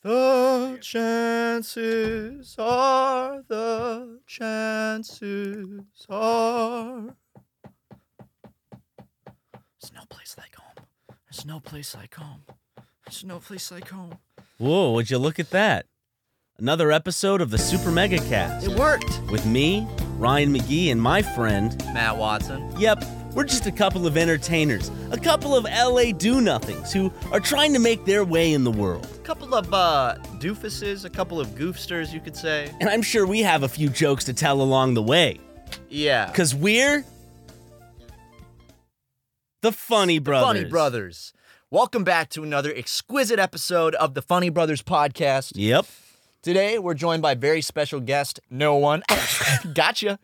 The chances are, the chances are. There's no place like home. There's no place like home. There's no place like home. Whoa, would you look at that? Another episode of the Super Mega Cast It worked! with me, Ryan McGee, and my friend. Matt Watson. Yep, we're just a couple of entertainers, a couple of LA do nothings who are trying to make their way in the world. A couple of uh, doofuses, a couple of goofsters, you could say. And I'm sure we have a few jokes to tell along the way, Yeah. because we're the Funny Brothers. Funny Brothers. Welcome back to another exquisite episode of the Funny Brothers podcast. Yep. Today we're joined by very special guest, no one. gotcha.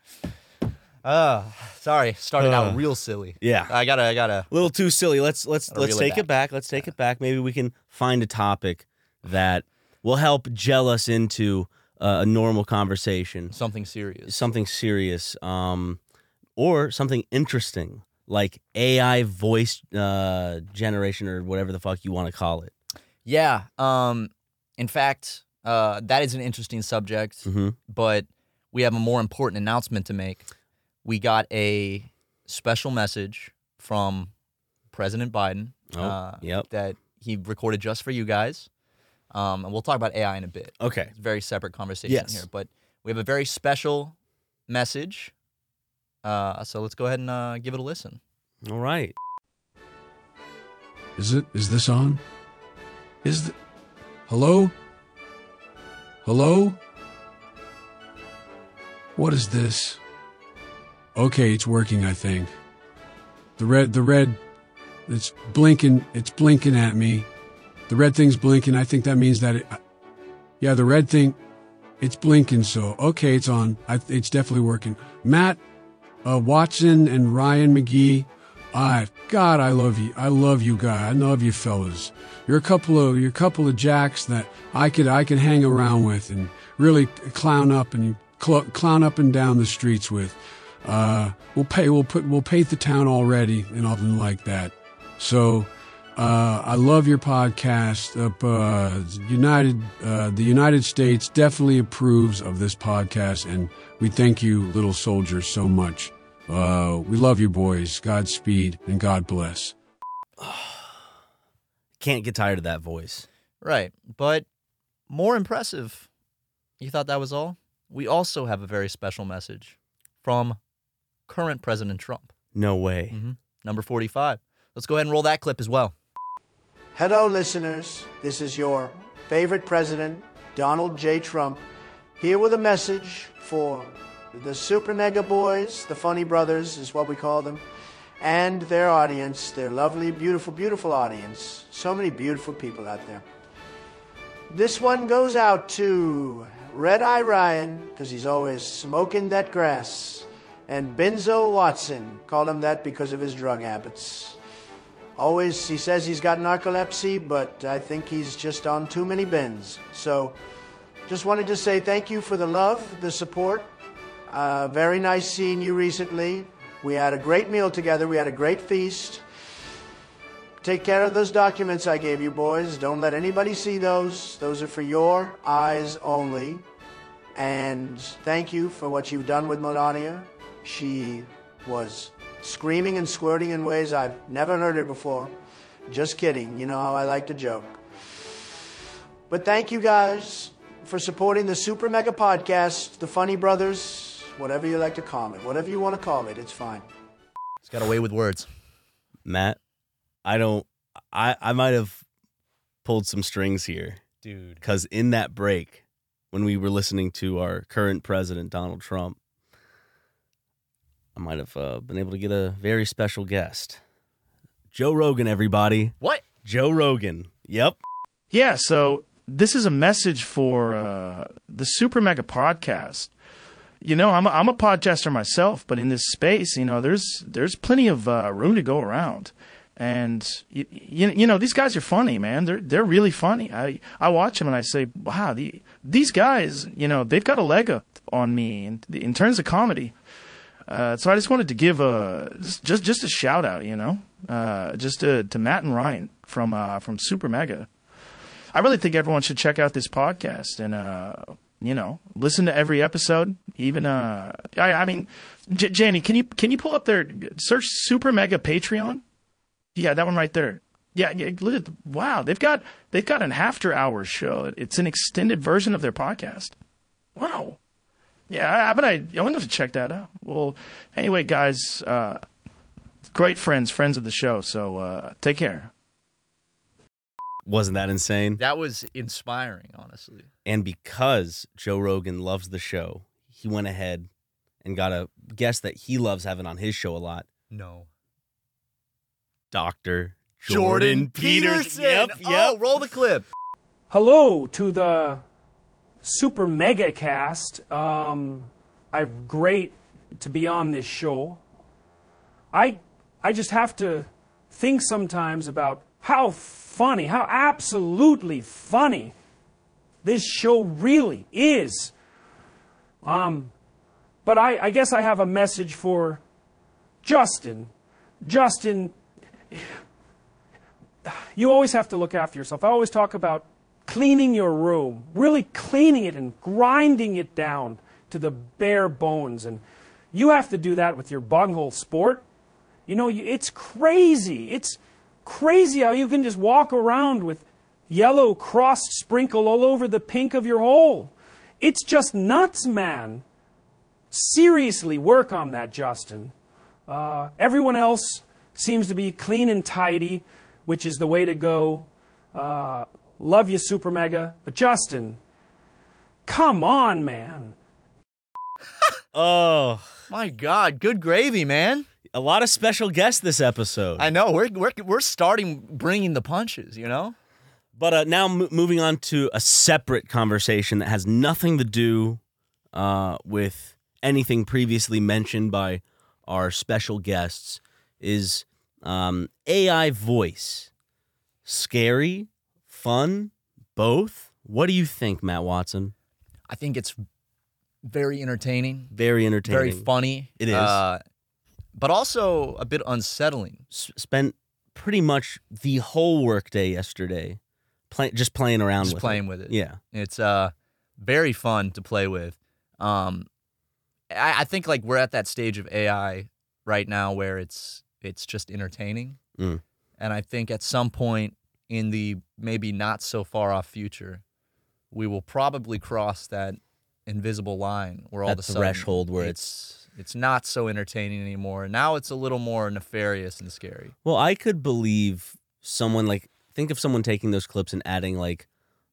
Uh, sorry, started out Uh, real silly. yeah. I gotta, I gotta. A little too silly. Let's let's Gotta let's reel it take it back. Let's take it back. Maybe we can find a topic that will help gel us into uh, a normal conversation, Something serious. something serious, um, or something interesting like AI voice uh, generation or whatever the fuck you want to call it. Yeah. Um, in fact, uh, that is an interesting subject, hmm but we have a more important announcement to make. We got a special message from President Biden. Oh, uh, yep. That he recorded just for you guys. Um, and we'll talk about AI in a bit. Okay. It's a very separate conversation Yes. here, but we have a very special message. Uh, so let's go ahead and uh, give it a listen. All right. Is it? Is this on? Is th- Hello? Hello? What is this? Okay, it's working, I think. The red, the red, it's blinking, it's blinking at me. The red thing's blinking. I think that means that it, yeah, the red thing, it's blinking. So, okay, it's on. I, it's definitely working. Matt, uh, Watson and Ryan McGee. I God, I love you. I love you guys. I love you fellas. You're a couple of you're a couple of jacks that I could I could hang around with and really clown up and cl- clown up and down the streets with. Uh, we'll pay we'll put we'll paint the town already and all them like that. So uh, I love your podcast. Up, uh, United, uh, the United States definitely approves of this podcast, and we thank you, little soldiers, so much. Uh, we love you, boys. Godspeed and God bless. Can't get tired of that voice. Right. But more impressive, you thought that was all? We also have a very special message from current President Trump, No way. number 45. Let's go ahead and roll that clip as well. Hello, listeners. This is your favorite president, Donald J. Trump, here with a message for the Super Mega Boys, the Funny Brothers is what we call them, and their audience, their lovely, beautiful, beautiful audience. So many beautiful people out there. This one goes out to Red Eye Ryan, 'cause he's always smoking that grass, and Benzo Watson. Call him that because of his drug habits. Always, he says he's got narcolepsy, but I think he's just on too many bends. So, just wanted to say thank you for the love, the support. Uh, very nice seeing you recently. We had a great meal together, we had a great feast. Take care of those documents I gave you, boys. Don't let anybody see those. Those are for your eyes only. And thank you for what you've done with Melania. She was screaming and squirting in ways I've never heard it before. Just kidding. You know how I like to joke. But thank you guys for supporting the Super Mega Podcast, the Funny Brothers, whatever you like to call it. Whatever you want to call it, it's fine. He's got away with words. Matt, I don't. I I might have pulled some strings here Dude. because in that break, when we were listening to our current president Donald Trump, I might have uh, been able to get a very special guest, Joe Rogan. Everybody, What? Joe Rogan. Yep. Yeah, so this is a message for uh, the Super Mega Podcast. You know, I'm a, I'm a podcaster myself, but in this space, you know, there's there's plenty of uh, room to go around, and you, you you know these guys are funny, man. They're they're really funny. I I watch them and I say, wow, the, these guys, you know, they've got a leg up on me in, in terms of comedy. Uh, so I just wanted to give a just just a shout out, you know, uh, just to, to Matt and Ryan from uh, from Super Mega. I really think everyone should check out this podcast and uh you know listen to every episode. Even uh I, I mean, J- Janie, can you can you pull up their search Super Mega Patreon? Yeah, that one right there. Yeah, yeah look at the- wow, they've got they've got an after hours show. It's an extended version of their podcast. Wow. Yeah, I, I but I I wonder to check that out. Well, anyway, guys, uh, great friends, friends of the show. So uh, take care. Wasn't that insane? That was inspiring, honestly. And because Joe Rogan loves the show, he went ahead and got a guest that he loves having on his show a lot, No. Doctor Jordan, Peters. Yep, Yep. Yep. Oh, roll the clip. Hello to the super mega cast. Um, I'm great to be on this show. I I just have to think sometimes about how funny, how absolutely funny this show really is. Um, but I, I guess I have a message for Justin. Justin, you always have to look after yourself. I always talk about cleaning your room, really cleaning it and grinding it down to the bare bones. And you have to do that with your bunghole sport. You know, you, it's crazy. It's crazy how you can just walk around with yellow cross sprinkle all over the pink of your hole. It's just nuts, man. Seriously, work on that, Justin. Uh, everyone else seems to be clean and tidy, which is the way to go. Uh, love you, Super Mega. But Justin, come on, man. Oh, My God, good gravy, man. a lot of special guests this episode. I know we're we're we're starting bringing the punches, you know. But uh, now m- moving on to a separate conversation that has nothing to do uh, with anything previously mentioned by our special guests is um, AI voice. Scary, fun, both. What do you think, Matt Watson? I think it's very entertaining, Very entertaining. very funny. It is. uh, but also a bit unsettling. S- spent pretty much the whole workday yesterday, play- just playing around Just with playing it. with it. Yeah, It's uh very fun to play with. Um, I, I think like we're at that stage of AI right now where it's it's just entertaining, Mm. and I think at some point in the maybe not so far off future, we will probably cross that invisible line where all That of a sudden threshold where it's it's not so entertaining anymore. Now it's a little more nefarious and scary. Well, I could believe someone like think of someone taking those clips and adding like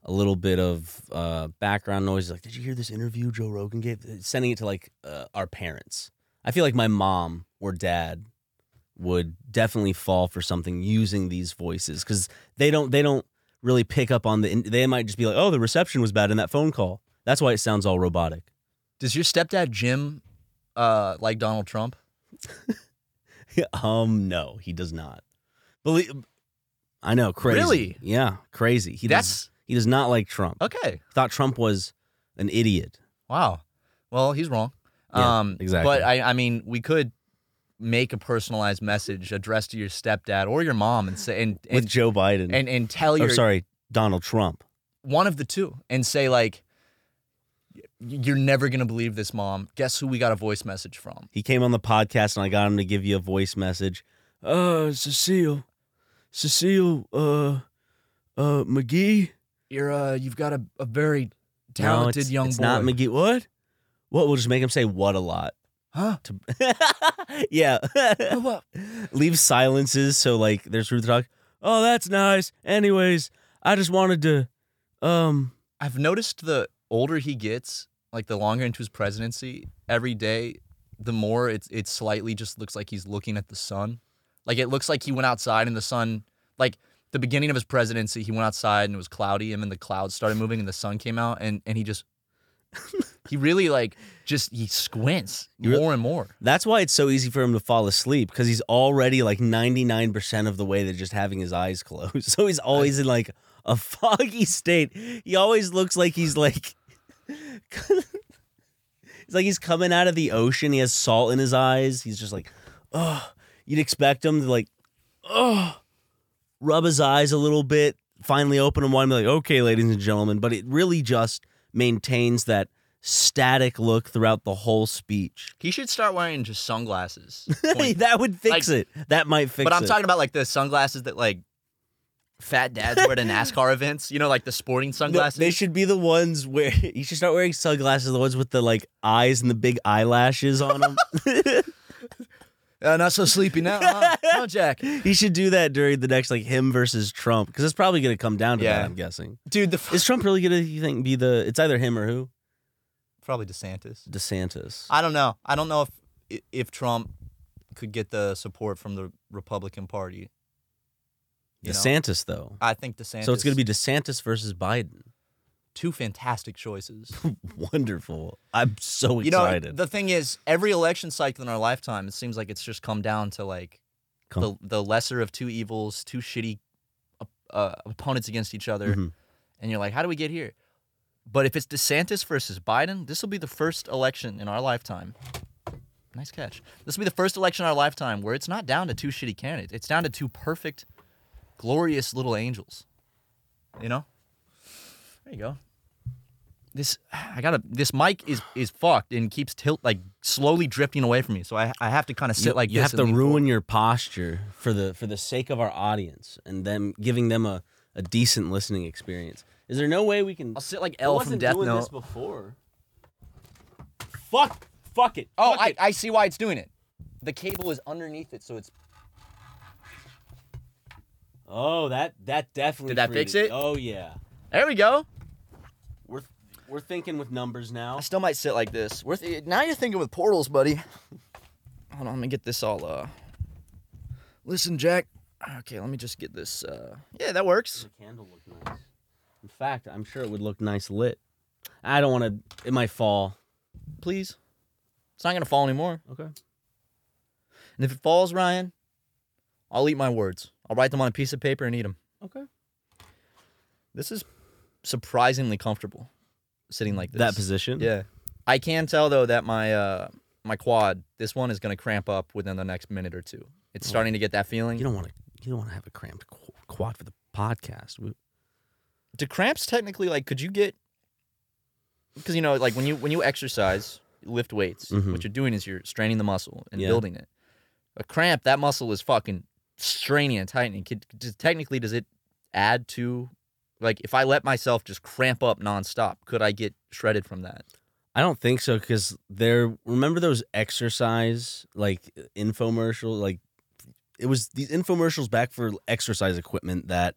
a little bit of uh, background noise. Like, did you hear this interview Joe Rogan gave? Sending it to like uh, our parents. I feel like my mom or dad would definitely fall for something using these voices because they don't they don't really pick up on the. They might just be like, oh, the reception was bad in that phone call, That's why it sounds all robotic. Does your stepdad Jim uh, like Donald Trump? um, no, he does not. Believe. I know, crazy. Really? Yeah, crazy. He That's- does. He does not like Trump. Okay. Thought Trump was an idiot. Wow. Well, he's wrong. Yeah, um, exactly. But I, I mean, we could make a personalized message addressed to your stepdad or your mom and say and with and, Joe Biden. and, and tell oh, your sorry, Donald Trump. one of the two and say like "Y- you're never gonna believe this mom guess who we got a voice message from He came on the podcast and I got him to give you a voice message. Uh, Cecile, Cecile, uh, uh, McGee. you're uh you've got a, a very No, talented it's- young it's boy not McGee. What? What? We'll just make him say what a lot. huh To, yeah. Oh, what? Leave silences so like there's room to talk. Oh, that's nice. Anyways, I just wanted to, um, i've noticed the older he gets like the longer into his presidency every day the more it's it slightly just looks like he's looking at the sun like it looks like he went outside and the sun like the beginning of his presidency he went outside and it was cloudy and then the clouds started moving and the sun came out and and he just he really like just he squints You re- more and more That's why it's so easy for him to fall asleep because he's already like 99% of the way to just having his eyes closed. So he's always in like a foggy state. He always looks like he's like. it's like he's coming out of the ocean. He has salt in his eyes. He's just like, oh, you'd expect him to like, oh, rub his eyes a little bit, finally open them wide and be like, okay, ladies and gentlemen. But it really just maintains that static look throughout the whole speech. He should start wearing just sunglasses. Hey, that would fix Like- it. That might fix it. but I'm talking about like the sunglasses that like fat dads wear to NASCAR events. You know, like the sporting No, sunglasses. they should be the ones where you should start wearing sunglasses, the ones with the like eyes and the big eyelashes on them. Uh, not so sleepy now, huh? Huh, Jack? he should do that during the next like him versus Trump because it's probably going to come down to Yeah. that. I'm guessing. Dude, the f- Is Trump really going to you think be the? It's either him or who? probably DeSantis. DeSantis. I don't know. I don't know if if Trump could get the support from the Republican Party. you know? DeSantis though. I think DeSantis. So it's going to be DeSantis versus Biden. two fantastic choices. Wonderful. I'm so you know, excited. the thing is, every election cycle in our lifetime, it seems like it's just come down to like Come- the the lesser of two evils, two shitty op- uh, opponents against each other, Mhm. and you're like, how do we get here? But if it's DeSantis versus Biden, this will be the first election in our lifetime. Nice catch. This will be the first election in our lifetime where it's not down to two shitty candidates. It's down to two perfect, glorious little angels. You know? There you go. This I gotta. This mic is is fucked and keeps tilt like slowly drifting away from me. So I I have to kind of sit you, like you this have and to lean ruin forward. your posture for the for the sake of our audience and them giving them a, a decent listening experience. Is there no way we can? I'll sit like L from Death Note. before. Fuck! Fuck it! Oh, fuck I, it. I see why it's doing it. The cable is underneath it, so it's. oh that that definitely Did that freed fix it? Oh yeah, There we go. we're we're thinking with numbers now. I still might sit like this. We're th- now you're thinking with portals, buddy. Hold on, let me get this all. uh Listen, Jack. Okay, let me just get this. uh Yeah, that works. The candle looked nice. In fact, I'm sure it would look nice lit. I don't want to. It might fall. Please. It's not gonna fall anymore. Okay. And if it falls, Ryan, I'll eat my words. I'll write them on a piece of paper and eat them. Okay. This is surprisingly comfortable, sitting like this. That position. Yeah. I can tell though that my uh my quad, this one is gonna cramp up within the next minute or two. It's starting to get that feeling. Oh. You don't want to. You don't want to have a cramped qu- quad for the podcast. We- do cramps technically like could you get because you know like when you when you exercise lift weights Mhm. what you're doing is you're straining the muscle and Yeah. building it a cramp that muscle is fucking straining and tightening could, does- technically does it add to like if i let myself just cramp up nonstop could i get shredded from that I don't think so because there. Remember those exercise like infomercial like it was these infomercials back for exercise equipment that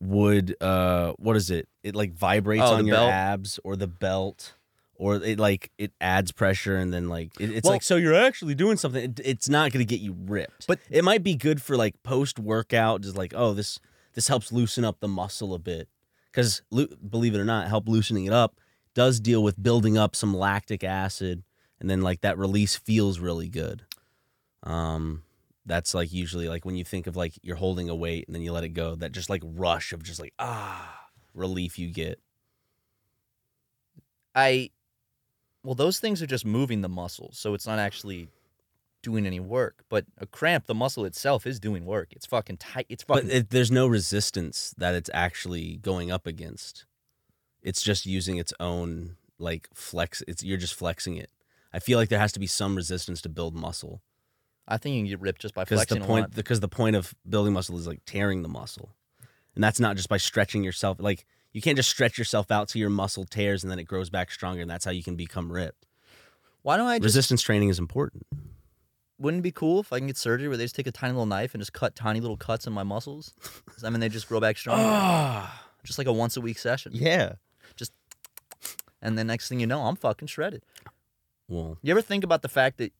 would uh what is it? It like vibrates Oh, on the your belt? abs or the belt or it like it adds pressure and then like it- it's Well- like so you're actually doing something. It, it's not going to get you ripped, But- it might be good for like post workout. Just like oh this this helps loosen up the muscle a bit because believe it or not, help loosening it up does deal with building up some lactic acid, and then like that release feels really good. Um, that's like usually like when you think of like you're holding a weight and then you let it go. That just like rush of just like ah relief you get. I well, those things are just moving the muscle, so it's not actually doing any work. But a cramp, the muscle itself is doing work. It's fucking tight. It's But fucking it, there's no resistance that it's actually going up against. It's just using its own like flex. It's you're just flexing it. I feel like there has to be some resistance to build muscle I think you can get ripped just by because the flexing a lot. point because the point of building muscle is like tearing the muscle, and that's not just by stretching yourself. Like you can't just stretch yourself out till your muscle tears and then it grows back stronger, and that's how you can become ripped. Why don't I just resistance training is important. wouldn't it be cool if I can get surgery where they just take a tiny little knife and just cut tiny little cuts in my muscles? 'Cause, I mean, they just grow back stronger. just like a once a week session. Ah. yeah. And then next thing you know, I'm fucking shredded. Well, You ever think about the fact that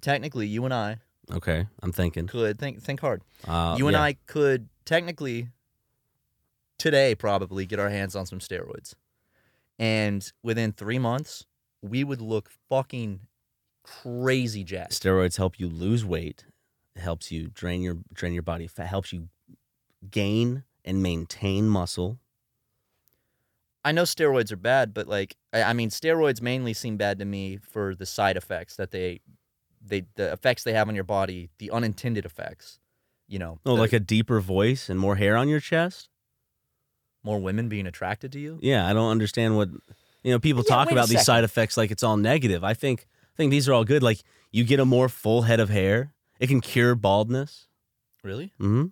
technically you and I okay. I'm thinking. could think think hard. Uh, you and yeah. I could technically today probably get our hands on some steroids. And within 3 months, we would look fucking crazy jacked. steroids help you lose weight it helps you drain your drain your body of fat helps you gain and maintain muscle I know steroids are bad, but like I, I mean, steroids mainly seem bad to me for the side effects that they, they the effects they have on your body, the unintended effects. You know, oh the- like a deeper voice and more hair on your chest more women being attracted to you. yeah i don't understand what you know people Yeah, talk wait a about these second. side effects like it's all negative i think i think these are all good like you get a more full head of hair it can cure baldness Really? hmm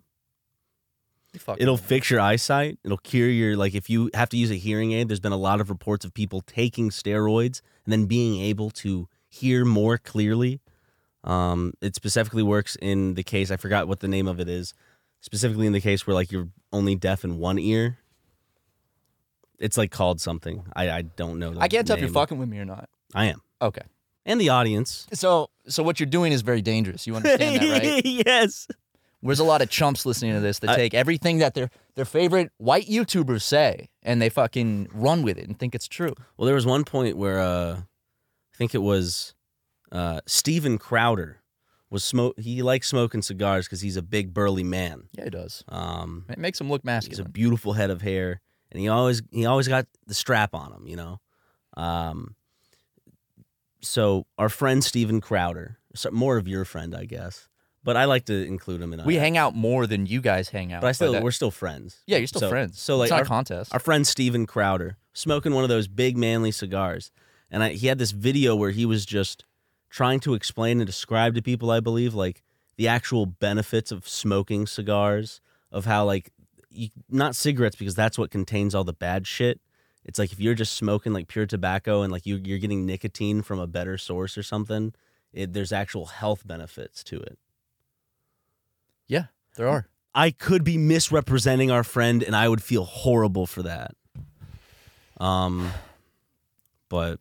You fucking it'll women. fix your eyesight it'll cure your like if you have to use a hearing aid there's been a lot of reports of people taking steroids and then being able to hear more clearly um, it specifically works in the case i forgot what the name of it is specifically in the case where like you're only deaf in one ear it's like called something i, I don't know the I can't tell if name. you're fucking with me or not. i am Okay. and the audience So so what you're doing is very dangerous. You understand that, right? yes There's a lot of chumps listening to this that I- take everything that their their favorite white YouTubers say and they fucking run with it and think it's true. Well, there was one point where uh, I think it was uh, Steven Crowder was smoke. He likes smoking cigars because he's a big burly man. Yeah, it does. Um, It makes them look he's a masculine. beautiful head of hair, and he always he always got the strap on him. You know. Um, so our friend Steven Crowder, so more of your friend, I guess, but I like to include him in. we our- hang out more than you guys hang out. but I still that- we're still friends. Yeah, you're still So- friends. So like it's not our- a contest. our friend Steven Crowder smoking one of those big manly cigars. And I, he had this video where he was just trying to explain and describe to people, I believe, like the actual benefits of smoking cigars, of how, like, you, not cigarettes, because that's what contains all the bad shit. It's like if you're just smoking like pure tobacco and like you, you're getting nicotine from a better source or something, it, there's actual health benefits to it. yeah, there are. I could be misrepresenting our friend, and I would feel horrible for that. Um, but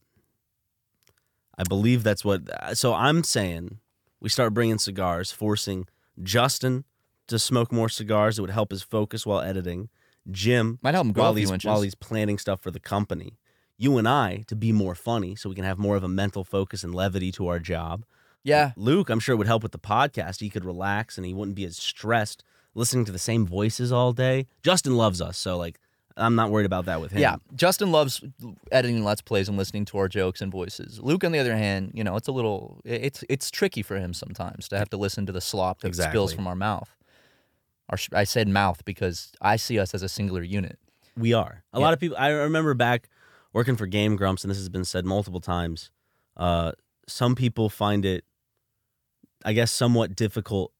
I believe that's what. So I'm saying we start bringing cigars, forcing Justin to smoke more cigars. It would help his focus while editing. Jim Might help him grow while a few he's inches. while he's planning stuff for the company. You and I to be more funny, so we can have more of a mental focus and levity to our job. Yeah, Luke, I'm sure would help with the podcast. He could relax and he wouldn't be as stressed listening to the same voices all day. Justin loves us, so like I'm not worried about that with him. yeah. Justin loves editing let's plays and listening to our jokes and voices. Luke, on the other hand, you know, it's a little, it's it's tricky for him sometimes to have to listen to the slop that spills Exactly. from our mouth. Our, sh- I said mouth because I see us as a singular unit. We are. A lot of people I remember back working for Game Grumps and this has been said multiple times. Uh some people find it I guess somewhat difficult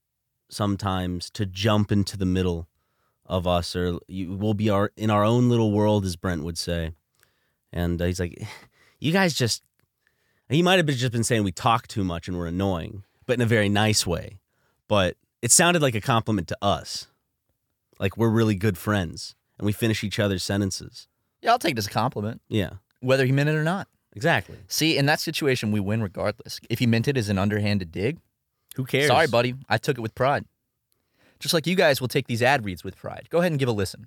sometimes to jump into the middle of us or you, we'll be our in our own little world as Brent would say. And uh, he's like you guys just he might have been just been saying we talk too much and we're annoying, but in a very nice way. But it sounded like a compliment to us. Like we're really good friends and we finish each other's sentences. Yeah, I'll take it as a compliment, Yeah, whether he meant it or not. exactly. See, in that situation, we win regardless. If he meant it as an underhanded dig, Who cares? Sorry, buddy. I took it with pride. Just like you guys will take these ad reads with pride. Go ahead and give a listen.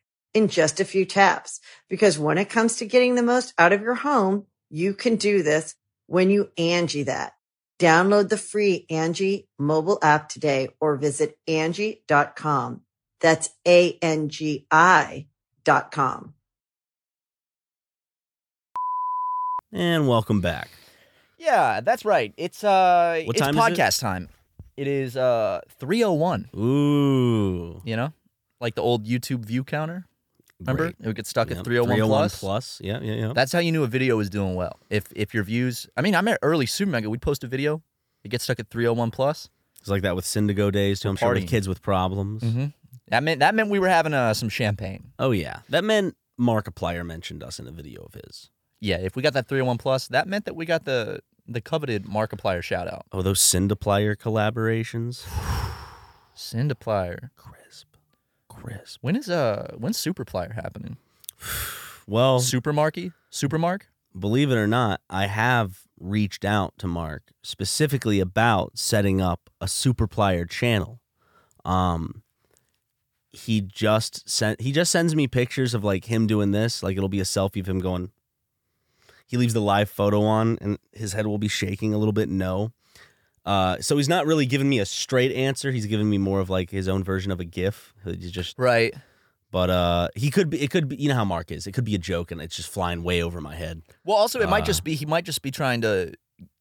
in just a few taps. Because when it comes to getting the most out of your home, you can do this when you Angie that. Download the free Angie mobile app today or visit Angie.com. That's A-N-G-I dot com. And welcome back. Yeah, that's right. It's uh, What it's time is it? podcast time. It is uh, three oh one. Ooh. You know, like the old YouTube view counter. Remember, Great. it would get stuck Yep, at three oh one plus. plus. Yeah, yeah, yeah. That's how you knew a video was doing well. If if your views, I mean, I'm at early Super Mega. We'd post a video, it gets stuck at 301 plus. it's like that with Syndigo days too. I'm sure with partying. Mm-hmm. kids with problems. That meant that meant we were having uh, some champagne. Oh yeah, that meant Markiplier mentioned us in a video of his. Yeah, if we got that 301 plus, that meant that we got the the coveted Markiplier shout out. Oh, those Cindaplier collaborations, Cindaplier. crisp, crisp. When is uh when's Superplier happening? Well, Supermarky? Supermark? believe it or not, I have reached out to Mark specifically about setting up a Superplier channel. Um, he just sent he just sends me pictures of like him doing this. Like it'll be a selfie of him going. He leaves the live photo on, and his head will be shaking a little bit. No. Uh, so he's not really giving me a straight answer. He's giving me more of like his own version of a GIF. He's just Right. But uh, he could be. It could be. You know how Mark is. It could be a joke, and it's just flying way over my head. Well, also it might Uh. just be he might just be trying to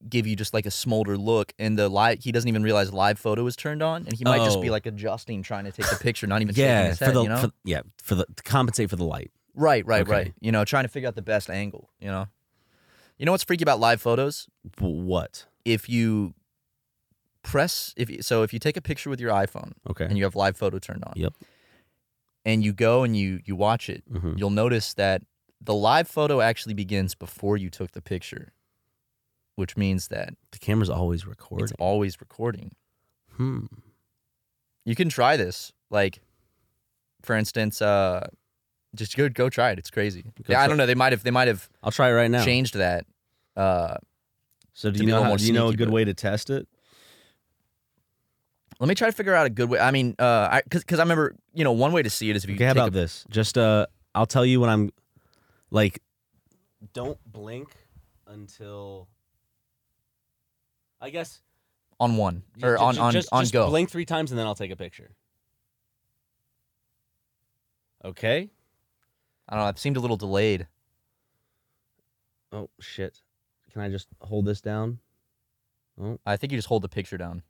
give you just like a smolder look and the live he doesn't even realize live photo is turned on and he might just be Oh. like adjusting trying to take the picture not even shaking Yeah, his for head, the you know? for, yeah for the to compensate for the light. Right, right, Okay. right. You know, trying to figure out the best angle, you know. You know what's freaky about live photos? W- What? If you press if you, so if you take a picture with your iPhone Okay. and you have live photo turned on. Yep. And you go and you you watch it, Mhm. you'll notice that the live photo actually begins before you took the picture, which means that The camera's always it's recording. always recording. hmm. You can try this. Like for instance, uh just go go try it. It's crazy. Go I try- don't know. They might have they might have I'll try it right now. changed that. Uh So do to you be a know? little How, more do you know a sneaky, good but- way to test it? Let me try to figure out a good way. I mean, uh, I because I remember, you know, one way to see it is if you Okay. How take about a, this? Just uh, I'll tell you when I'm like. Don't blink until. I guess on one or on on on go. three times and then I'll take a picture. Okay. I don't know. It seemed a little delayed. Oh shit! Can I just hold this down? Oh. I think you just hold the picture down.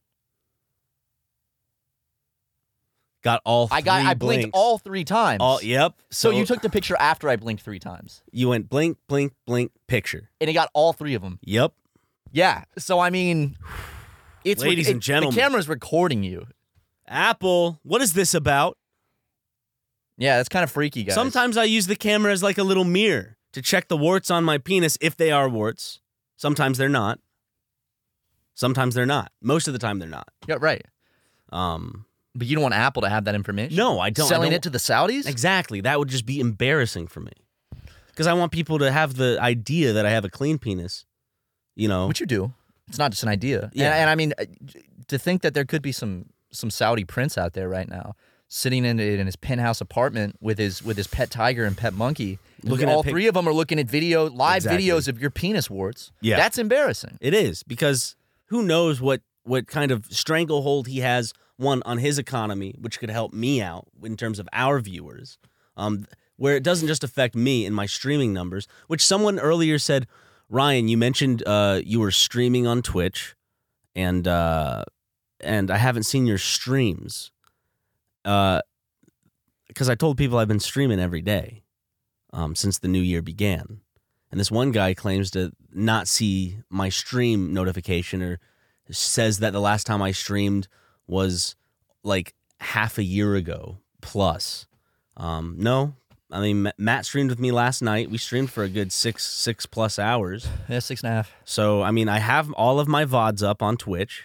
Got all. I got. three I blinked blinks. all three times. All. Yep. So, you took the picture after I blinked three times, You went blink, blink, blink. Picture. and it got all three of them. Yep. Yeah. So I mean, it's Ladies it- and gentlemen. the camera's recording you. Apple. What is this about? Yeah, that's kind of freaky, guys. Sometimes I use the camera as like a little mirror to check the warts on my penis if they are warts. Sometimes they're not. Sometimes they're not. Most of the time they're not. Yeah, right. Um. But you don't want Apple to have that information. No, I don't. I Selling don't- it to the Saudis. Exactly. That would just be embarrassing for me. Because I want people to have the idea that I have a clean penis. You know. Which you do. It's not just an idea. Yeah. And, and I mean, uh, j- to think that there could be some some Saudi prince out there right now sitting in in his penthouse apartment with his with his pet tiger and pet monkey. and Looking at all pic- three of them are looking at video live Exactly. videos of your penis warts. Yeah. that's embarrassing. It is because who knows what what kind of stranglehold he has one on his economy, which could help me out in terms of our viewers. Um, where it doesn't just affect me and my streaming numbers, which someone earlier said, Ryan, you mentioned uh, you were streaming on Twitch, and uh, and I haven't seen your streams, because I told people I've been streaming every day um, since the new year began, and this one guy claims to not see my stream notification or says that the last time I streamed was like half a year ago plus. Um, no, I mean Ma- Matt streamed with me last night. We streamed for a good six six plus hours. Yeah, six and a half. So I mean I have all of my vods up on Twitch,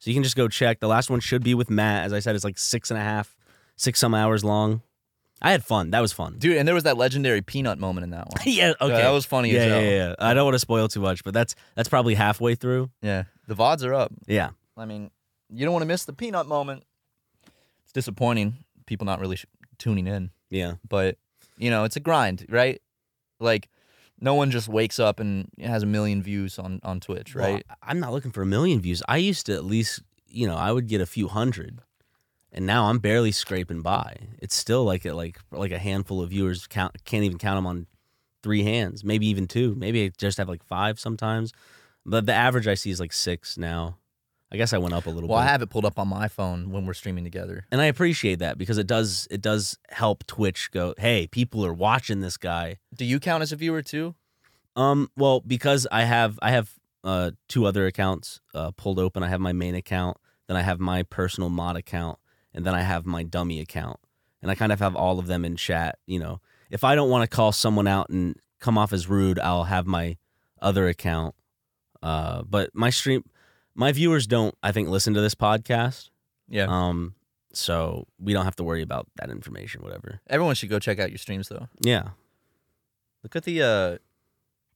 so you can just go check. The last one should be with Matt. As I said, it's like six and a half, six some hours long. I had fun. That was fun. Dude, and there was that legendary peanut moment in that one. yeah. Okay. that was funny Yeah, as yeah, hell. yeah, yeah. I don't want to spoil too much, but that's that's probably halfway through. Yeah. The VODs are up. Yeah. I mean, you don't want to miss the peanut moment. It's disappointing. People not really sh- tuning in, Yeah. but you know, it's a grind, right? Like, no one just wakes up and has a million views on on Twitch, Well, right? I- I'm not looking for a million views. I used to at least, you know, I would get a few hundred, and now I'm barely scraping by. It's still like a, like like a handful of viewers. Count can't even count them on three hands, maybe even two. Maybe I just have like five sometimes. But the average I see is like six now. I guess I went up a little Well, I bit, have it pulled up on my phone when we're streaming together. and I appreciate that because it does it does help Twitch go. Hey, people are watching this guy. Do you count as a viewer too? Um, well, because I have I have uh two other accounts uh pulled open. I have my main account, then I have my personal mod account, and then I have my dummy account. And I kind of have all of them in chat, you know. If I don't want to call someone out and come off as rude, I'll have my other account. Uh but my stream my viewers don't I think listen to this podcast. Yeah. Um so we don't have to worry about that information whatever. Everyone should go check out your streams though. Yeah. Look at the uh,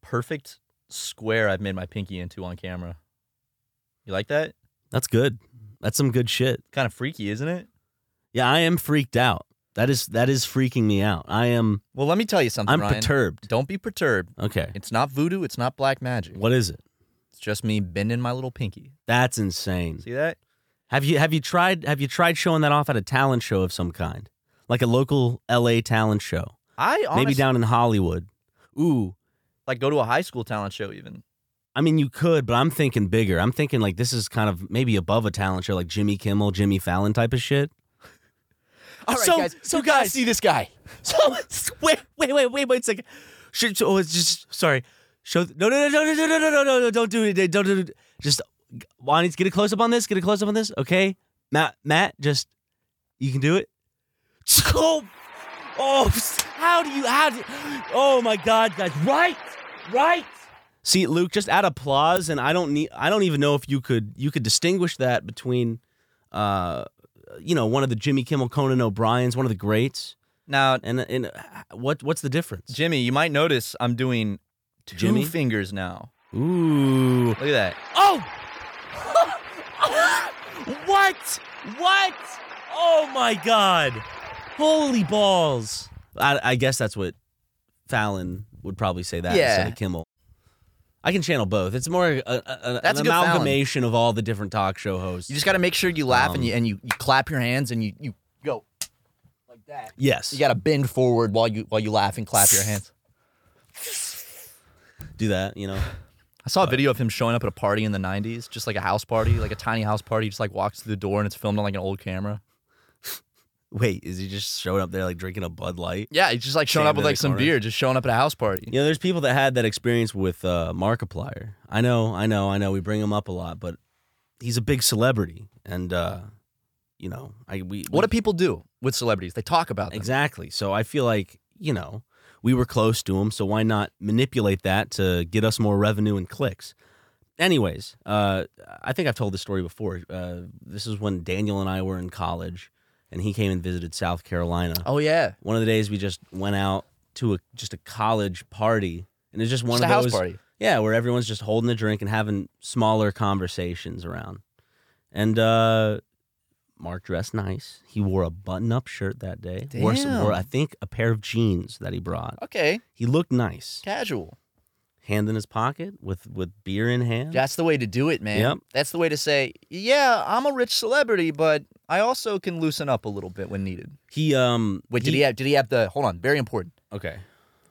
perfect square I've made my pinky into on camera. You like that? That's good. That's some good shit. Kind of freaky, isn't it? Yeah, I am freaked out. That is that is freaking me out. I am Well, let me tell you something. I'm Ryan. perturbed. Don't be perturbed. Okay. It's not voodoo. It's not black magic. What is it? It's just me bending my little pinky. That's insane. See that? Have you have you tried have you tried showing that off at a talent show of some kind? Like a local LA talent show. I honestly, Maybe down in Hollywood. Ooh. like go to a high school talent show even. I mean you could, but I'm thinking bigger. I'm thinking like this is kind of maybe above a talent show like Jimmy Kimmel, Jimmy Fallon type of shit. All right, So- guys, so you gotta guys- see this guy. So wait, wait, wait, wait, wait a second. Should, so- oh, it's just sorry. Show no, no, no, no, no, no, no, no, no, no, no. Don't do it. Don't do it. Just Wani, get a close up on this. Get a close up on this. Okay, Matt, Matt, just you can do it. Oh, oh, how do you? How do? Oh my God, guys! Right, right. See, Luke, just add applause, and I don't need. I don't even know if you could. You could distinguish that between, uh, you know, one of the Jimmy Kimmel, Conan O'Brien's, one of the greats. Now, And and uh, what what's the difference? Jimmy, you might notice I'm doing two Jimmy? fingers now. Ooh. Look at that. Oh. what? What? Oh my god. Holy balls. I, I guess that's what Fallon would probably say that Yeah. instead of Kimmel. I can channel both. It's more a, a, a- That's a an good Fallon. amalgamation of all the different talk show hosts. You just got to make sure you laugh Um, and you and you, you clap your hands and you you go like that. yes. You got to bend forward while you while you laugh and clap your hands. do that, you know. I saw a video of him showing up at a party in the 90s, just like a house party, like a tiny house party. He just like walks through the door and it's filmed on like an old camera. Wait, is he just showing up there like drinking a Bud Light? Yeah, he's just like showing Jammed up with in like the some corner. beer, just showing up at a house party. You know, there's people that had that experience with uh, Markiplier. I know, I know, I know. We bring him up a lot, but he's a big celebrity, and uh, you know, I we What we- do people do with celebrities? They talk about them. exactly. So I feel like you know we were close to him, so why not manipulate that to get us more revenue and clicks? Anyways, uh, I think I've told this story before. Uh, this is when Daniel and I were in college, and he came and visited South Carolina Oh yeah, one of the days we just went out to a just a college party and it's just one Just of a house those party. yeah where everyone's just holding a drink and having smaller conversations around and uh mark dressed nice he wore a button-up shirt that day wore some Damn. wore i think a pair of jeans that he brought okay, he looked nice casual. hand in his pocket with with beer in hand That's the way to do it, man. Yep. That's the way to say, yeah, I'm a rich celebrity, but I also can loosen up a little bit when needed. he um Wait, did he have? Did he have the? Hold on, very important. Okay.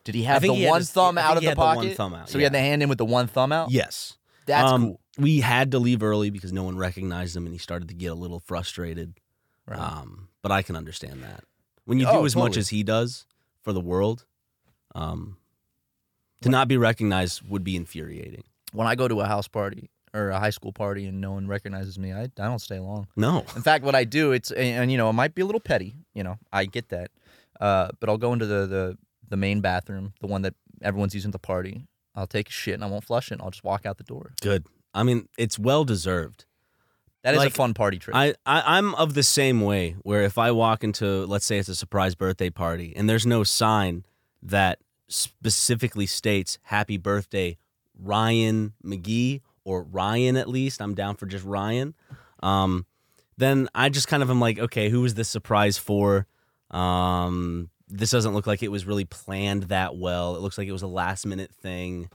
Did he I have think the he had one his- thumb I think out of he the had the one pocket? thumb out, So he had yeah. the hand in with the one thumb out. Yes. that's Um, cool. We had to leave early because no one recognized him, and he started to get a little frustrated. Right. Um, but I can understand that when you Oh, do as much as totally. he does for the world, um, to not be recognized would be infuriating. When I go to a house party or a high school party and no one recognizes me, I, I don't stay long. No. In fact, what I do, it's and, and, you know, it might be a little petty, you know, I get that, uh, but I'll go into the, the the main bathroom, the one that everyone's using at the party. I'll take a shit and I won't flush it. And I'll just walk out the door. Good. I mean, it's well deserved. That is Like, a fun party trick. I, I I'm of the same way where if I walk into let's say it's a surprise birthday party and there's no sign that specifically states happy birthday Ryan McGee or Ryan at least I'm down for just Ryan um then I just kind of am like okay who was this surprise for um this doesn't look like it was really planned that well it looks like it was a last minute thing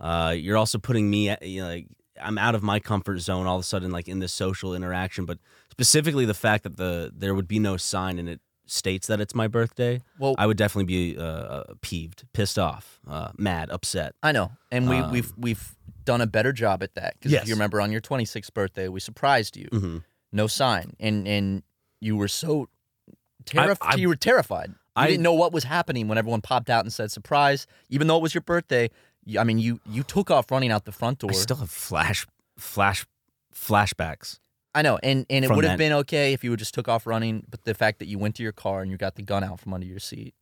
uh, you're also putting me, at- you know, like, I'm out of my comfort zone all of a sudden, like in this social interaction. But specifically, the fact that the there would be no sign and it states that it's my birthday, well, I would definitely be uh, peeved, pissed off, uh, mad, upset. I know, and we, Um, we've we've done a better job at that because Yes. if you remember, on your 26th birthday, we surprised you, Mm-hmm. no sign, and and you were so terrified. I- you were terrified. You I- didn't know what was happening when everyone popped out and said surprise, even though it was your birthday. You, I mean, you you took off running out the front door. I still have flash, flash, flashbacks. I know, and and it From would that- have been okay if you would just took off running, but the fact that you went to your car and you got the gun out from under your seat,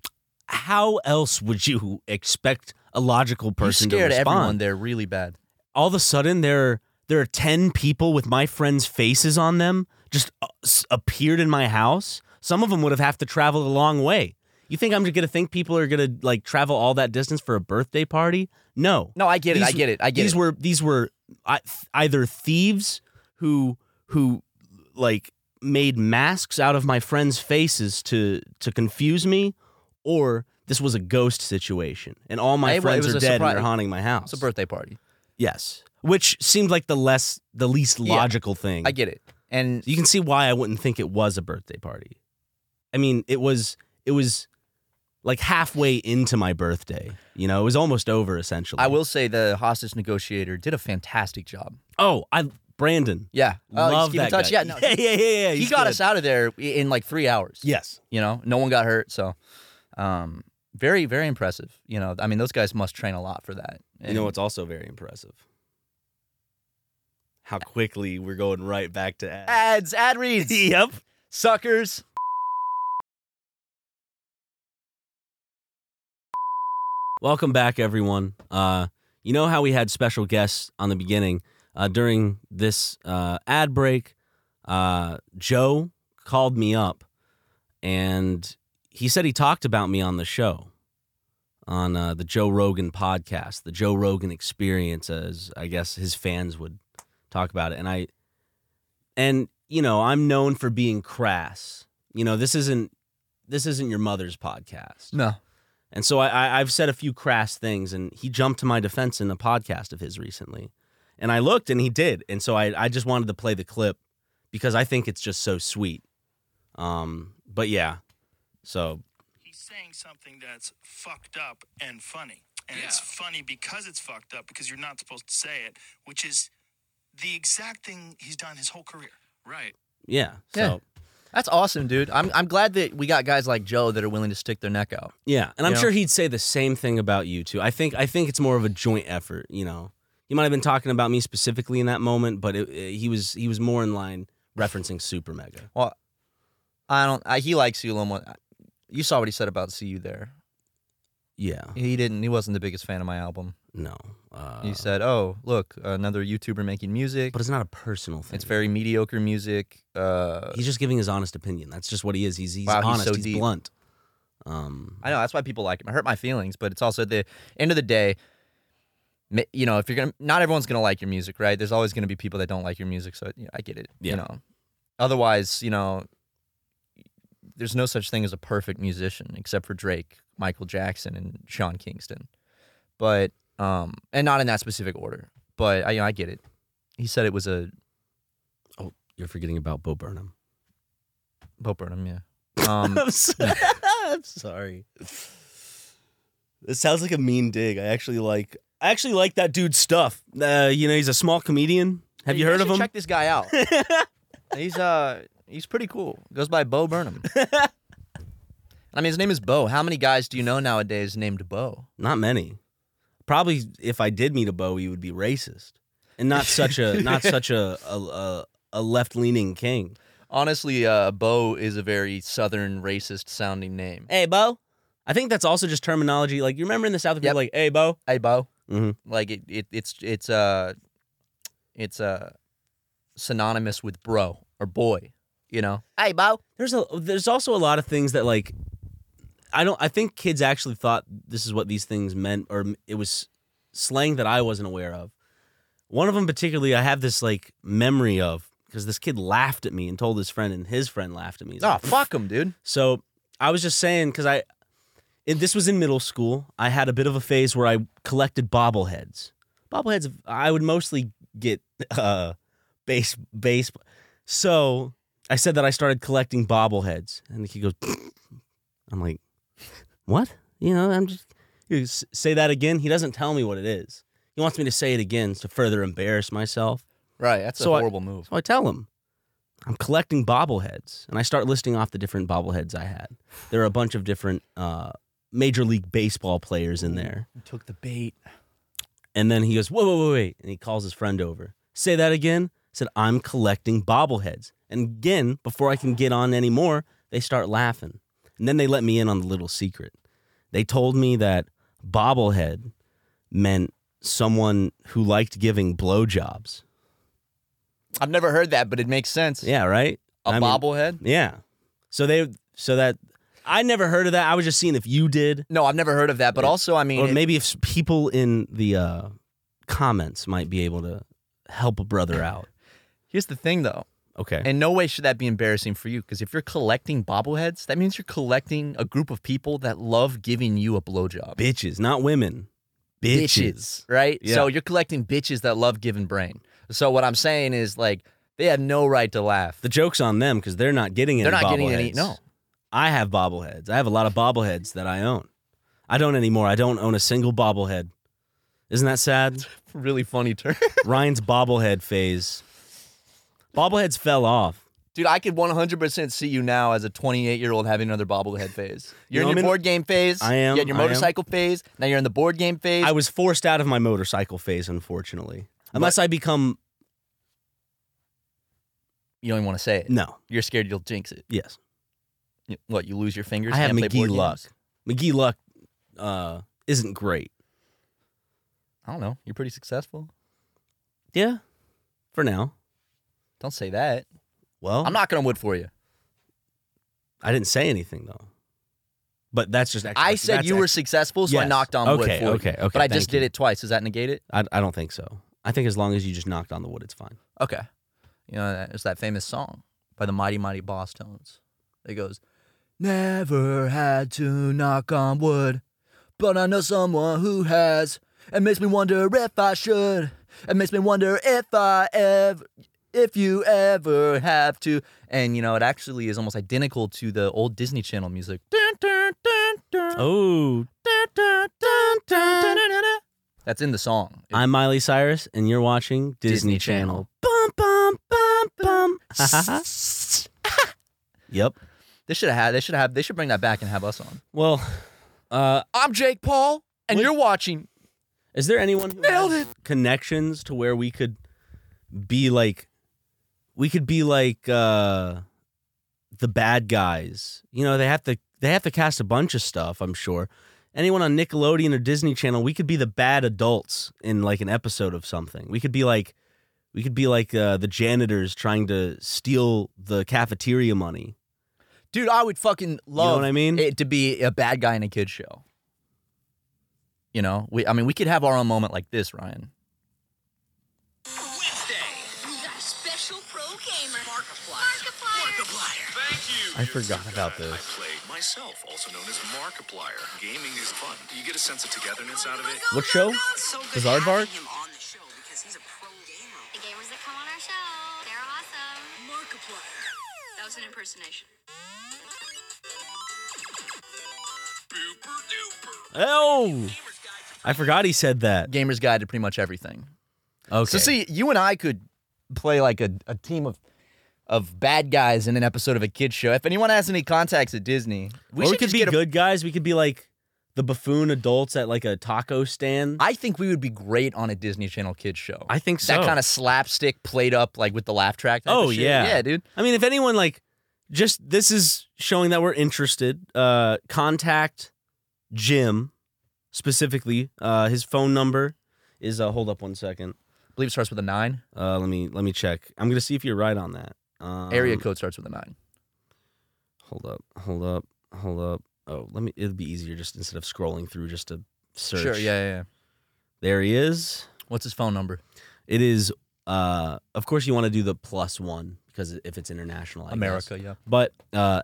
How else would you expect a logical person you scared to respond? everyone there really bad. all of a sudden there there are 10 people with my friends faces on them just uh, s- appeared in my house some of them would have have to travel a long way you think i'm going to think people are going to like travel all that distance for a birthday party no No, I get it. I These- get it. I get these it. were these were I, either thieves who who like made masks out of my friends' faces to to confuse me or this was a ghost situation and all my Hey, well, it friends was are a dead surprise. and they're haunting my house it's a birthday party. Yes. Which seemed like the less the least Yeah. logical thing. I get it, and you can see why I wouldn't think it was a birthday party. I mean, it was it was like halfway into my birthday. You know, it was almost over essentially. I will say the hostage negotiator did a fantastic job. Oh, I Brandon. Yeah, Oh, just love keep in that touch. guy. Yeah, no, yeah, yeah, yeah, yeah, he he's got good. us out of there i- in like three hours. Yes. you know, no one got hurt, so um, very very impressive. You know, I mean, those guys must train a lot for that. You know what's also very impressive? How quickly we're going right back to ads. ads? Ad reads. Yep. suckers. Welcome back, everyone. Uh, you know how we had special guests on the beginning. Uh, during this uh, ad break, uh, Joe called me up and he said he talked about me on the show, on uh, the Joe Rogan podcast, the Joe Rogan experience, as I guess his fans would talk about it. And I, and you know, I'm known for being crass. You know, this isn't this isn't your mother's podcast. No, And so I, I, I've said a few crass things, and he jumped to my defense in a podcast of his recently. And I looked, and he did. And so I, I just wanted to play the clip because I think it's just so sweet. Um, but yeah, so he's saying something that's fucked up and funny. And it's funny because it's fucked up because you're not supposed to say it, which is the exact thing he's done his whole career. Right. yeah, Yeah. so that's awesome, dude. I'm I'm glad that we got guys like Joe that are willing to stick their neck out. yeah. And I'm Yeah. sure he'd say the same thing about you too. I think I think it's more of a joint effort. You know, he might have been talking about me specifically in that moment, but it, it- he was he was more in line referencing Super Mega. Well, I don't. I, he likes you a little more. You saw what he said about "See You There." Yeah, He didn't. He wasn't the biggest fan of my album. no, uh, He said, "Oh, look, another YouTuber making music. but it's not a personal thing. It's very mediocre music. Uh, he's just giving his honest opinion. That's just what he is. He's he's Wow, he's honest. so He's, deep. blunt. Um, I know that's why people like him. It hurt my feelings, but it's also at the end of the day. ma- You know, if you're gonna, not everyone's gonna like your music, right? There's always gonna be people that don't like your music, so you know, I get it. Yeah. You know, otherwise, you know, there's no such thing as a perfect musician except for Drake, Michael Jackson, and Sean Kingston. But um, and not in that specific order. But I, you know, I get it. He said it was a Oh, you're forgetting about Bo Burnham. Um, Bo Burnham, yeah. Um, I'm sorry. It sounds like a mean dig. I actually like. I actually like that dude's stuff. Uh, you know, he's a small comedian. Have Hey, you heard guys of should him? Check this guy out. he's uh he's pretty cool. Goes by Bo Burnham. I mean, his name is Bo. How many guys do you know nowadays named Bo? Oh, Not many. Probably, if I did meet a Bowie, he would be racist and not such a not such a a, a, a left leaning king. Honestly, uh, Bo is a very southern racist sounding name. Hey, Bo. I think that's also just terminology. Like you remember in the South, people Yep. are like, "Hey, Bo." Hey, Bo. Mhm. Like it, it, it's it's uh it's uh synonymous with bro or boy. You know. Hey, Bo. There's a there's also a lot of things that like I don't I think kids actually thought this is what these things meant or it was slang that I wasn't aware of. One of them particularly I have this like memory of because this kid laughed at me and told his friend and his friend laughed at me. He's Oh, like, fuck him, dude. So I was just saying because I, and this was in middle school. I had a bit of a phase where I collected bobbleheads. Bobbleheads. I would mostly get uh, base base. So I said that I started collecting bobbleheads, and the kid goes, "I'm like, what? You know, I'm just he goes, say that again." He doesn't tell me what it is. He wants me to say it again to further embarrass myself. Right. That's So a I- horrible move. So I tell him, I'm collecting bobbleheads. And I start listing off the different bobbleheads I had. There are a bunch of different uh, Major League Baseball players in there. Took the bait. And then he goes, whoa, whoa, whoa, wait. And he calls his friend over. Say that again. I said, I'm collecting bobbleheads. And again, before I can get on anymore, they start laughing. And then they let me in on the little secret. They told me that bobblehead meant someone who liked giving blowjobs. I've never heard that, but it makes sense. Yeah, right? A I mean- bobblehead. Yeah. So they so that I never heard of that. I was just seeing if you did, No, I've never heard of that. But also, I mean, or it- maybe if s- people in the uh, comments might be able to help a brother out. here's the thing, though. Okay. In no way should that be embarrassing for you, because if you're collecting bobbleheads, that means you're collecting a group of people that love giving you a blowjob. bitches, not women. Bitches. right? Yeah. So you're collecting bitches that love giving brain. So what I'm saying is, like, they have no right to laugh. The joke's on them because they're not getting any. They're not getting any. bobbleheads. No, I have bobbleheads. I have a lot of bobbleheads that I own. I don't anymore. I don't own a single bobblehead. Isn't that sad? really funny turn, Ryan's bobblehead phase. Bobbleheads fell off. dude. I could 100% see you now as a 28 year old having another bobblehead phase. You're know, I'm in your in- board game phase. I am, You had your I am. motorcycle phase. Now you're in the board game phase. I was forced out of my motorcycle phase, unfortunately. Unless I become you don't even want to say it. no, You're scared you'll jinx it. yes, You- What? You lose your fingers. I have can't play McGee board luck. games? McGee luck uh, isn't great. I don't know. You're pretty successful. Yeah, for now. Don't say that. Well, I'm knocking on wood for you. I didn't say anything though. But that's just. Actually, I said that's you were act- successful, so I Yes. knocked on wood Okay, for okay, you. okay, But I thank just did you. it twice. Does that negate it? I, I don't think so. I think as long as you just knocked on the wood, it's fine. Okay. You know, that- it's that famous song by the Mighty Mighty Boss Tones. It goes, Never had to knock on wood, but I know someone who has. It makes me wonder if I should. It makes me wonder if I ever. If you ever have to, and you know, it actually is almost identical to the old Disney Channel music. Dun, dun, dun, dun. Oh, That's in the song. It- I'm Miley Cyrus, and you're watching Disney, Disney Channel. Channel. Bum bum bum bum. yep. they should have had. They should have. They should bring that back and have us on. Well, uh, I'm Jake Paul, and you're watching. Is there anyone who Nailed has connections to where we could be like we could be like uh the bad guys. You know, they have to they have to cast a bunch of stuff, I'm sure. Anyone on Nickelodeon or Disney Channel, we could be the bad adults in like an episode of something. We could be like we could be like uh, the janitors trying to steal the cafeteria money. Dude, I would fucking love. what I mean? It to be a bad guy in a kids show. You know, we. I mean, we could have our own moment like this, Ryan. We got a special pro gamer. Markiplier. Thank you. I forgot about I this. played myself, also known as Markiplier. Gaming is fun. You get a sense of togetherness out of it. What show? So good Bizarre having Varg? him on the show because he's a pro gamer. The gamers that come on our show, they're awesome. Markiplier. That was an impersonation. Boop, Oh, I forgot he said that. Gamer's Guide to pretty much everything. Okay. So see, you and I could play like a, a team of of bad guys in an episode of a kids show. If anyone has any contacts at Disney, we Or should we could just be get a- good guys. We could be like the buffoon adults at like a taco stand. I think we would be great on a Disney Channel kids show. I think so. That kind of slapstick played up like with the laugh track. type of Oh shit. yeah, yeah, dude. I mean, if anyone like, just this is showing that we're interested. Uh, contact Jim specifically. Uh, his phone number is. Uh, hold up one second. I believe it starts with a nine. Uh, let me let me check. I'm gonna see if you're right on that. Um, Area code starts with a nine. Hold up, hold up, hold up. Oh, let me. It'd be easier just instead of scrolling through just to search. Sure. Yeah, yeah. yeah. There he is. What's his phone number? It is. Uh, of course, you want to do the plus one because if it's international, I guess. America. Yeah. But uh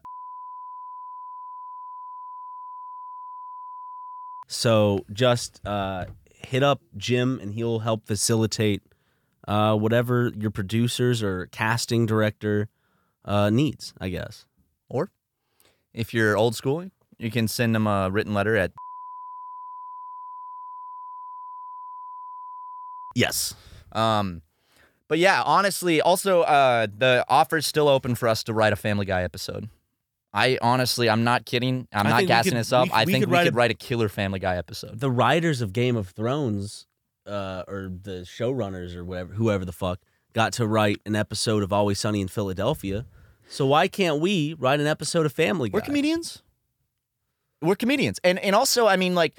so just uh hit up Jim and he'll help facilitate uh whatever your producers or casting director uh needs, I guess. Or if you're old school, you can send them a written letter at Yes. Um, but yeah, honestly, also uh, the offer's still open for us to write a Family Guy episode. I honestly, I'm not kidding. I'm I not think we gassing could- this up. we- I we think could we write could a- write a killer Family Guy episode. The writers of Game of Thrones uh or the showrunners or whatever whoever the fuck got to write an episode of Always Sunny in Philadelphia. So why can't we write an episode of Family Guy? We're comedians. We're comedians, and and also, I mean, like,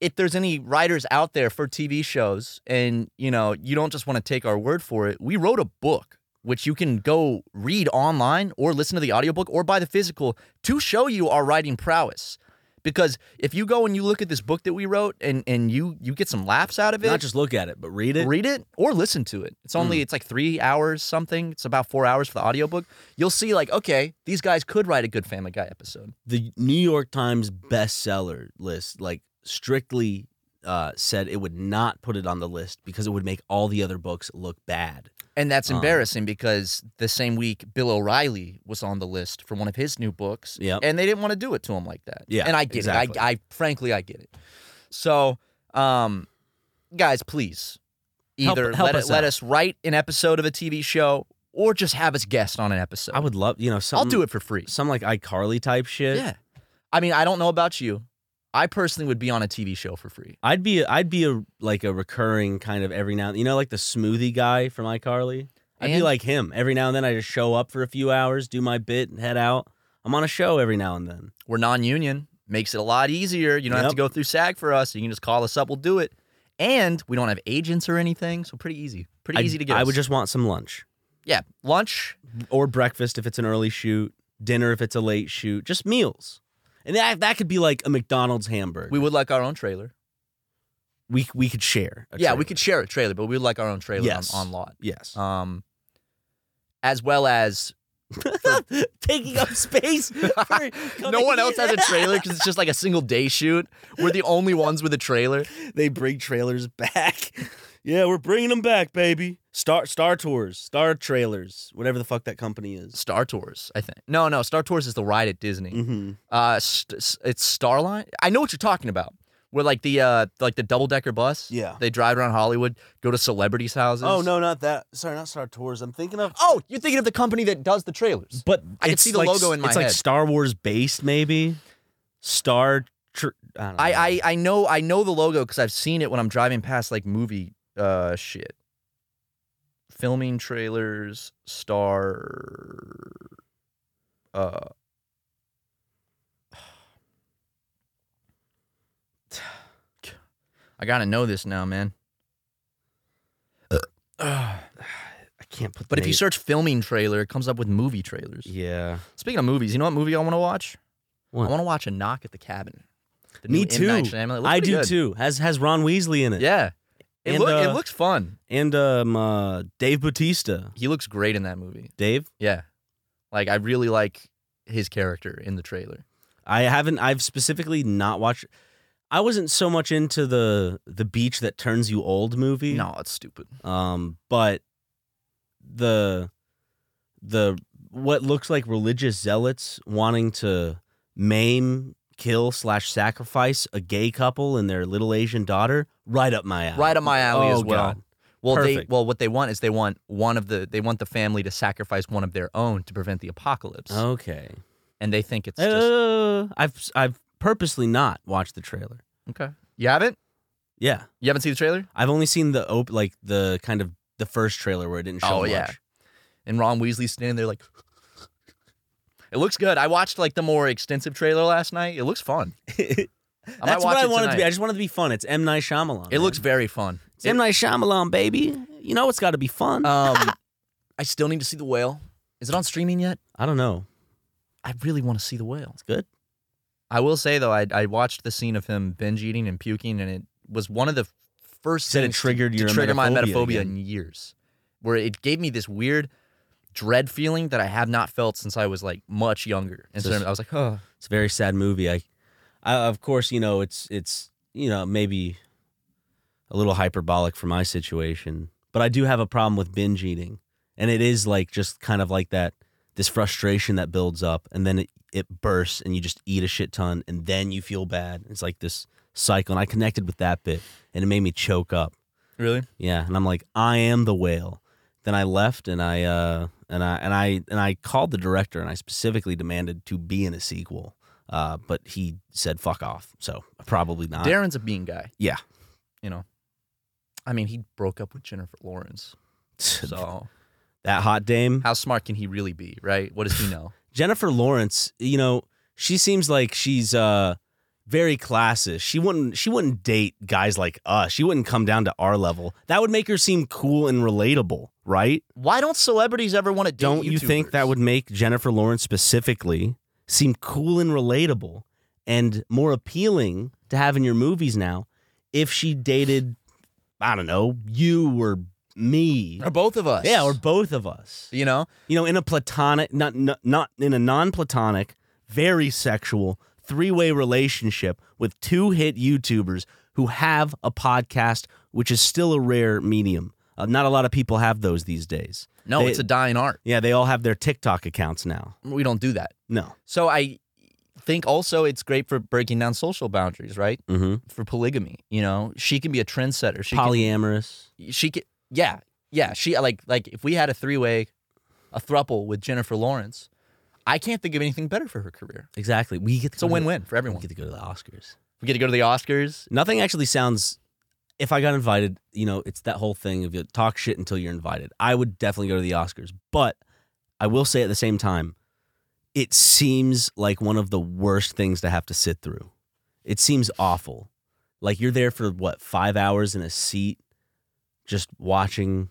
if there's any writers out there for TV shows, and you know, you don't just want to take our word for it. We wrote a book, which you can go read online, or listen to the audiobook, or buy the physical to show you our writing prowess. Because if you go and you look at this book that we wrote, and and you you get some laughs out of it, Not just look at it, but read it. Hmm. read it or listen to it. It's only it's like three hours something. It's about four hours for the audiobook. You'll see like okay, these guys could write a good Family Guy episode. the New York Times bestseller list, like strictly uh, said it would not put it on the list because it would make all the other books look bad. And that's Um, embarrassing because the same week Bill O'Reilly was on the list for one of his new books. Yep. And they didn't want to do it to him like that. Yeah, And I get exactly. it. I, I frankly I get it. So, um guys, please Help- either help let us let out. us write an episode of a TV show or just have us guest on an episode. I would love, you know, some, I'll do it for free. Some like iCarly type shit. Yeah. I mean, I don't know about you. I personally would be on a TV show for free. I'd be, I'd be a like a recurring kind of every now, you know, like the smoothie guy from iCarly. I'd be And? like him every now and then. I just show up for a few hours, do my bit, and head out. I'm on a show every now and then. We're non-union, makes it a lot easier. You don't have Yep. to go through SAG for us. You can just call us up. We'll do it. And we don't have agents or anything, so pretty easy. Pretty I'd- easy to get. I us. would just want some lunch. yeah, lunch. or breakfast if it's an early shoot, dinner if it's a late shoot, just meals. And that that could be like a McDonald's hamburger. We would like our own trailer. we we could share. a yeah, trailer. we could share a trailer, but we would like our own trailer Yes. on, on lot. Yes. Um, as well as Taking up space. for no coming one else has a in. trailer because it's just like a single day shoot. We're the only ones with a trailer. They bring trailers back. yeah, we're bringing them back, baby. Star Star Tours, Star Trailers, whatever the fuck that company is. Star Tours, I think. No, no, Star Tours is the ride at Disney. Mm-hmm. Uh, st- s- it's Starline. I know what you're talking about. Where like the uh like the double decker bus. Yeah. They drive around Hollywood, go to celebrities' houses. Oh no, not that. Sorry, not Star Tours. I'm thinking of. Oh, you're thinking of the company that does the trailers. But I can it's see the like- logo in my It's like head. Star Wars based, maybe. Star. Tr- I, don't know. I I, I know I know the logo because I've seen it when I'm driving past like movie uh shit. Filming trailers, star uh I gotta know this now, man. I can't put. But if you names- search filming trailer, it comes up with movie trailers. Yeah. Speaking of movies, you know what movie I want to watch? What? I want to watch A Knock at the Cabin. The Me new too. M. Night Shyamalan. It looks I pretty do good. too. Has has Ron Weasley in it. Yeah. It, And, look, it uh, looks fun. And um uh, Dave Bautista. He looks great in that movie. Dave? Yeah. Like, I really like his character in the trailer. I haven't I've specifically not watched I wasn't so much into the the beach that turns you old movie. No, it's stupid. Um but the the what looks like religious zealots wanting to maim kill slash sacrifice a gay couple and their little Asian daughter, right up my alley. Right up my alley Oh, as well. God. Well, they Perfect. well what they want is they want one of the they want the family to sacrifice one of their own to prevent the apocalypse, Okay. and they think it's just Uh, I've I've purposely not watched the trailer. okay. You haven't? Yeah, You haven't seen the trailer? I've only seen the op- like the kind of the first trailer where it didn't show Oh, much. yeah. And Ron Weasley standing there like. It looks good. I watched like the more extensive trailer last night. It looks fun. I might That's what watch I it wanted to be. tonight. I just wanted to be fun. It's M Night Shyamalan. It man. looks very fun. it's M Night Shyamalan, baby. You know it's got to be fun. Um, I still need to see the whale. Is it on streaming yet? I don't know. I really want to see the whale. It's good. I will say though, I, I watched the scene of him binge eating and puking, and it was one of the first Said it things to- triggered to, your trigger my emetophobia metaphobia again. in years, where it gave me this weird dread feeling that I have not felt since I was like much younger. And So so, it's- I was like, oh, It's a very sad movie. I, I of course, you know, it's it's you know maybe a little hyperbolic for my situation, but I do have a problem with binge eating, and it is like just kind of like that this frustration that builds up, and then it it bursts, and you just eat a shit ton, and then you feel bad. It's like this cycle, and I connected with that bit, and it made me choke up. really? Yeah, and I'm like, I am the whale. Then I left, and I uh, and I and I and I called the director, and I specifically demanded to be in a sequel. Uh, but he said, "Fuck off." So probably not. Darren's a bean guy. Yeah. You know, I mean, he broke up with Jennifer Lawrence. So that hot dame, how smart can he really be, right? What does he know? Jennifer Lawrence. You know, she seems like she's uh very classist. She wouldn't she wouldn't date guys like us. She wouldn't come down to our level. That would make her seem cool and relatable, right? Why don't celebrities ever want to date Don't you think that YouTubers? would make Jennifer Lawrence specifically seem cool and relatable and more appealing to have in your movies now if she dated, I don't know, you or me? or both of us? Yeah, or both of us. you know, You know, in a platonic, not, not, not in a non platonic, very sexual three way relationship with two hit YouTubers who have a podcast, which is still a rare medium. Uh, not a lot of people have those these days. no, They- it's a dying art. yeah, they all have their TikTok accounts now. We don't do that. No. So I think also it's great for breaking down social boundaries, right? Mm-hmm. For polygamy, you know, she can be a trendsetter. She Polyamorous. can, she can, yeah, yeah. She like like if we had a three way, a thruple with Jennifer Lawrence, I can't think of anything better for her career. Exactly. We get to It's a go to the- win win for We everyone. get to go to the Oscars. We get to go to the Oscars. Nothing actually sounds. If I got invited, you know, it's that whole thing of you talk shit until you're invited. I would definitely go to the Oscars, but I will say at the same time, it seems like one of the worst things to have to sit through. It seems awful. Like you're there for what five hours in a seat, just watching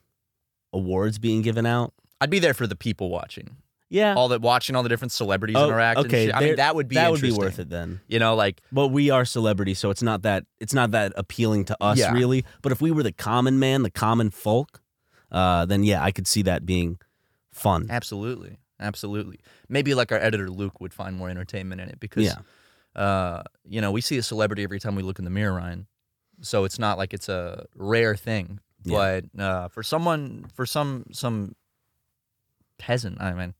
awards being given out. I'd be there for the people watching, Yeah. all that watching all the different celebrities Oh, interact. and okay, shit. I mean there- that would be that would be interesting. worth it then. You know, like But we are celebrities, so it's not that it's not that appealing to us Yeah. really. But if we were the common man, the common folk, uh, then yeah, I could see that being fun. Absolutely. Absolutely. Maybe like our editor Luke would find more entertainment in it because Yeah. uh, you know, we see a celebrity every time we look in the mirror, Ryan. So it's not like it's a rare thing. Yeah. But uh, for someone for some some peasant, I mean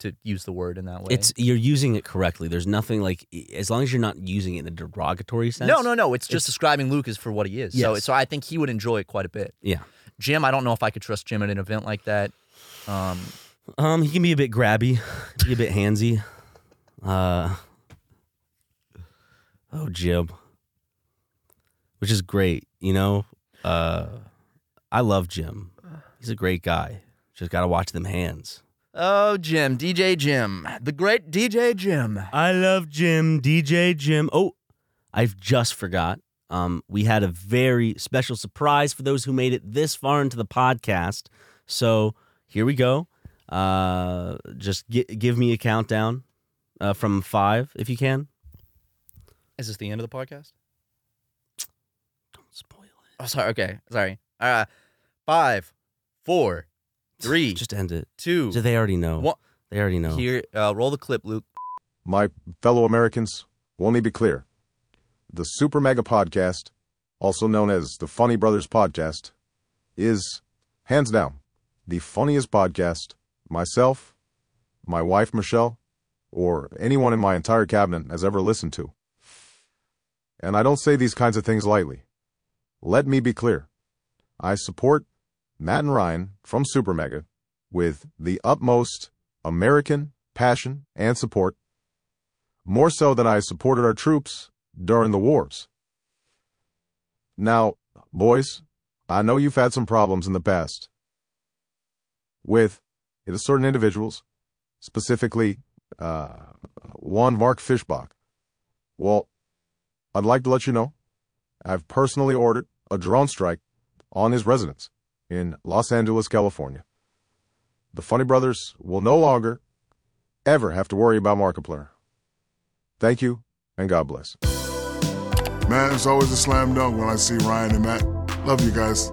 to use the word in that way. It's you're using it correctly. There's nothing like e, as long as you're not using it in a derogatory sense. no, no, no. It's just describing Luke as for what he is. So, Yes. so I think he would enjoy it quite a bit. Yeah. Jim, I don't know if I could trust Jim at an event like that. Um, Um, he can be a bit grabby, be a bit handsy. Uh, oh, Jim, which is great. You know, uh, I love Jim. He's a great guy. Just got to watch them hands. oh, Jim, DJ Jim, the great DJ Jim. I love Jim, DJ Jim. Oh, I've just forgot. Um, we had a very special surprise for those who made it this far into the podcast. So here we go. Uh, just gi- give me a countdown uh, from five, if you can. Is this the end of the podcast? Don't spoil it. Oh, sorry. Okay, sorry. Uh, five, four, three, Just end it. two. So they already know. What- They already know. Here, uh, roll the clip, Luke. My fellow Americans, let me be clear. The Super Mega Podcast, also known as the Funny Brothers Podcast, is, hands down, the funniest podcast myself, my wife Michelle, or anyone in my entire cabinet has ever listened to. and I don't say these kinds of things lightly. Let me be clear. I support Matt and Ryan from Super Mega with the utmost American passion and support, more so than I supported our troops during the wars. Now, boys, I know you've had some problems in the past with it is certain individuals, specifically uh, one Mark Fishbach. Well, I'd like to let you know I've personally ordered a drone strike on his residence in Los Angeles, California. The Funny Brothers will no longer ever have to worry about Markiplier. Thank you, and God bless. Man, it's always a slam dunk when I see Ryan and Matt. Love you guys.